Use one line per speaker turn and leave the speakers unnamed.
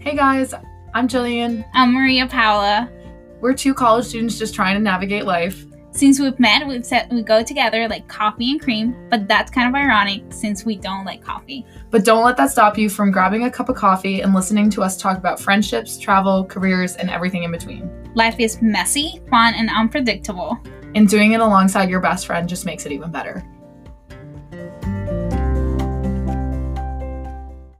Hey guys, I'm Jillian.
I'm Uh, Maria Paula.
We're two college students just trying to navigate life.
Since we've met, we've said we go together like coffee and cream, but that's kind of ironic since we don't like coffee.
But don't let that stop you from grabbing a cup of coffee and listening to us talk about friendships, travel, careers, and everything in between.
Life is messy, fun, and unpredictable.
And doing it alongside your best friend just makes it even better.